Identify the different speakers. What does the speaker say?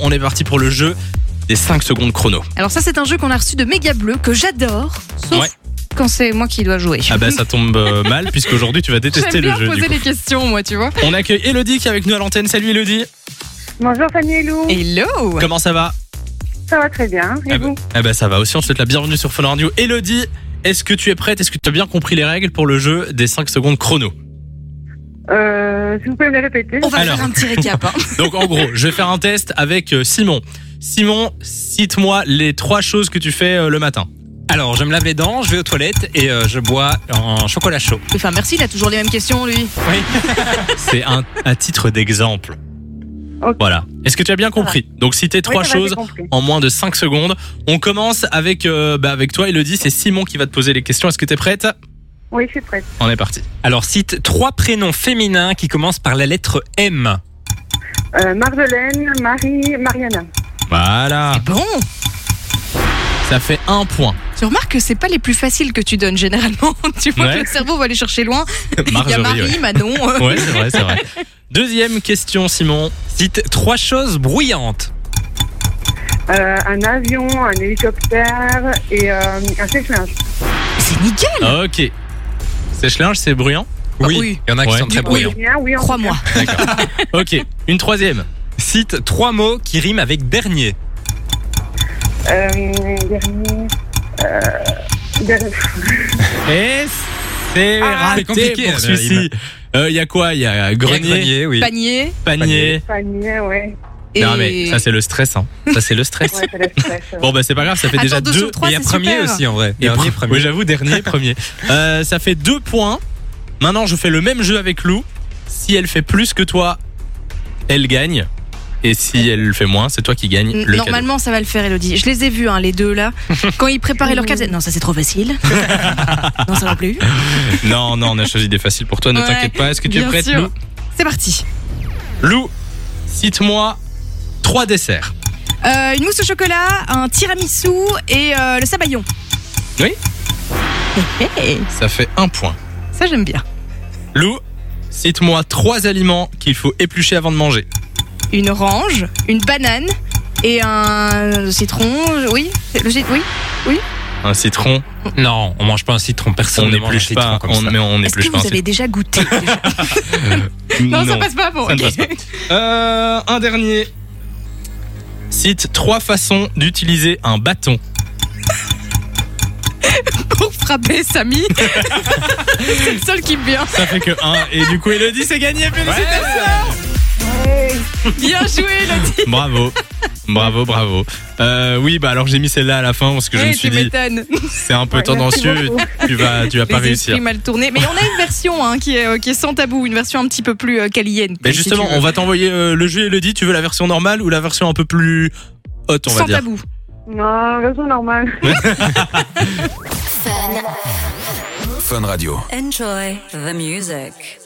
Speaker 1: on est parti pour le jeu des 5 secondes chrono.
Speaker 2: Alors ça, c'est un jeu qu'on a reçu de Méga Bleu que j'adore, sauf
Speaker 1: Ouais.
Speaker 2: quand c'est moi qui dois jouer.
Speaker 1: Ah bah ça tombe euh, mal puisqu'aujourd'hui tu vas détester
Speaker 2: J'aime
Speaker 1: le
Speaker 2: bien
Speaker 1: jeu. du
Speaker 2: poser
Speaker 1: coup.
Speaker 2: les questions, moi, tu vois.
Speaker 1: On accueille Elodie qui est avec nous à l'antenne. Salut Elodie,
Speaker 3: Bonjour Fanny et Lou,
Speaker 2: Hello
Speaker 1: comment ça va
Speaker 3: ça va très bien. Et
Speaker 1: ah bah,
Speaker 3: vous
Speaker 1: ah bah, ça va aussi, on te souhaite la bienvenue sur Fun Radio. Elodie, est-ce que tu es prête Est-ce que tu as bien compris les règles pour le jeu des 5 secondes chrono
Speaker 3: euh, Si vous pouvez me le répéter.
Speaker 2: On va
Speaker 1: Alors.
Speaker 2: faire un petit récap. hein.
Speaker 1: Donc en gros, je vais faire un test avec euh, Simon. Simon, cite-moi les trois choses que tu fais euh, le matin.
Speaker 4: Alors, je me lave les dents, je vais aux toilettes et euh, je bois un chocolat chaud.
Speaker 2: Enfin, merci, il a toujours les mêmes questions, lui.
Speaker 1: C'est un, un titre d'exemple.
Speaker 3: Ok.
Speaker 1: Voilà. Est-ce que tu as bien compris Donc citer
Speaker 3: Oui,
Speaker 1: trois
Speaker 3: ça va, j'ai
Speaker 1: choses
Speaker 3: compris.
Speaker 1: en moins de 5 secondes. On commence avec, euh, bah, avec toi, Elodie. C'est Simon qui va te poser les questions. Est-ce que tu es prête
Speaker 3: Oui, je suis prête.
Speaker 1: On est parti.
Speaker 4: Alors, cite trois prénoms féminins qui commencent par la lettre M.
Speaker 3: Euh, Marjolaine, Marie, Mariana.
Speaker 1: Voilà.
Speaker 2: Bon,
Speaker 1: Ça fait un point.
Speaker 2: tu remarques que c'est pas les plus faciles que tu donnes généralement. Tu vois
Speaker 1: Ouais.
Speaker 2: que le cerveau va aller chercher loin. il y a
Speaker 1: Marjorie,
Speaker 2: Marie,
Speaker 1: ouais.
Speaker 2: Manon. euh,
Speaker 1: Ouais, c'est vrai, c'est vrai. Deuxième question, Simon.
Speaker 4: Cite trois choses bruyantes.
Speaker 3: Euh, un avion, un hélicoptère et euh, un sèche-linge.
Speaker 2: C'est nickel,
Speaker 1: Ok. Sèche-linge, c'est bruyant
Speaker 2: Ah
Speaker 4: Oui, il
Speaker 2: oui.
Speaker 4: y en a qui
Speaker 1: Ouais.
Speaker 4: sont très
Speaker 2: Du
Speaker 3: Oui,
Speaker 4: bruyants.
Speaker 3: bien, oui, en tout
Speaker 2: crois-moi.
Speaker 1: Ok. Une troisième.
Speaker 4: Cite trois mots qui riment avec dernier.
Speaker 3: cas. Euh, dernier. Euh, dernier.
Speaker 1: Et c'est
Speaker 3: Ah,
Speaker 1: raté
Speaker 4: c'est compliqué,
Speaker 1: pour
Speaker 4: euh,
Speaker 1: celui-ci. Il y a quoi Il y a grenier,
Speaker 4: oui.
Speaker 2: Panier
Speaker 1: panier.
Speaker 3: Panier, ouais.
Speaker 2: et.
Speaker 1: Non mais ça c'est le stress. Hein. Ça c'est le stress.
Speaker 3: Ouais, ça laisse stress. ouais.
Speaker 1: Bon bah c'est pas grave, ça fait
Speaker 2: Attends,
Speaker 1: déjà
Speaker 2: deux
Speaker 1: deux.
Speaker 2: sur trois,
Speaker 4: Et il y a
Speaker 2: c'est
Speaker 4: premier
Speaker 2: super.
Speaker 4: aussi en vrai.
Speaker 1: Et
Speaker 4: Dernier,
Speaker 1: pre-
Speaker 4: premier.
Speaker 1: Oui j'avoue dernier premier. Euh, ça fait deux points. Maintenant je fais le même jeu avec Lou. Si elle fait plus que toi, elle gagne. Et si elle fait moins, c'est toi qui gagne
Speaker 2: N-
Speaker 1: le cadeau.
Speaker 2: Normalement, ça va le faire, Elodie. Je les ai vus, hein, les deux là. Quand ils préparaient leur café, non, ça c'est trop facile. non, ça va plus.
Speaker 1: Non non, on a choisi des faciles pour toi. Ne
Speaker 2: Ouais,
Speaker 1: t'inquiète pas. Est-ce que tu es
Speaker 2: bien
Speaker 1: prête,
Speaker 2: sûr.
Speaker 1: Lou
Speaker 2: C'est parti.
Speaker 1: Lou, cite-moi trois desserts.
Speaker 2: Euh, une mousse au chocolat, un tiramisu et euh, le sabayon.
Speaker 1: Oui.
Speaker 2: Hé, hé,
Speaker 1: Ça fait un point.
Speaker 2: ça j'aime bien.
Speaker 1: Lou, cite-moi trois aliments qu'il faut éplucher avant de manger.
Speaker 2: Une orange, une banane et un citron. Oui, le cit- oui.
Speaker 1: Un citron,
Speaker 4: Non, on mange pas un citron. Personne
Speaker 1: on
Speaker 4: ne mange un
Speaker 1: n'épluche
Speaker 4: citron
Speaker 1: pas,
Speaker 4: comme
Speaker 1: on,
Speaker 4: ça.
Speaker 1: mais on
Speaker 2: Est-ce que
Speaker 1: n'épluche pas
Speaker 2: vous
Speaker 1: un
Speaker 2: avez déjà goûté déjà
Speaker 1: citron.
Speaker 2: non, ça passe pas pour.
Speaker 1: ça ne passe pas. Euh, un dernier. Cite trois façons d'utiliser un bâton.
Speaker 2: pour frapper Samy. c'est le seul qui me vient.
Speaker 1: Ça fait que un. Et du coup, Elodie, c'est gagné. Félicitations.
Speaker 3: Ouais.
Speaker 2: Bien joué, Elodie.
Speaker 1: Bravo. Bravo, bravo. Euh, oui, bah alors j'ai mis celle-là à la fin parce que je
Speaker 2: Eh,
Speaker 1: me suis
Speaker 2: tu
Speaker 1: dit
Speaker 2: m'étonnes.
Speaker 1: c'est un peu
Speaker 3: Ouais,
Speaker 1: tendancieux,
Speaker 3: merci beaucoup.
Speaker 1: tu vas, tu vas pas
Speaker 2: Les
Speaker 1: réussir.
Speaker 2: esprits mal tournés. Mais on a une version hein, qui, est, euh, qui est sans tabou, une version un petit peu plus euh, calienne.
Speaker 1: Mais
Speaker 2: si
Speaker 1: justement,
Speaker 2: tu veux.
Speaker 1: on va t'envoyer euh, le jeu Elodie. Tu veux la version normale ou la version un peu plus haute, on
Speaker 2: sans
Speaker 1: va dire.
Speaker 2: tabou.
Speaker 3: Non, raison normale.
Speaker 5: Enjoy the music.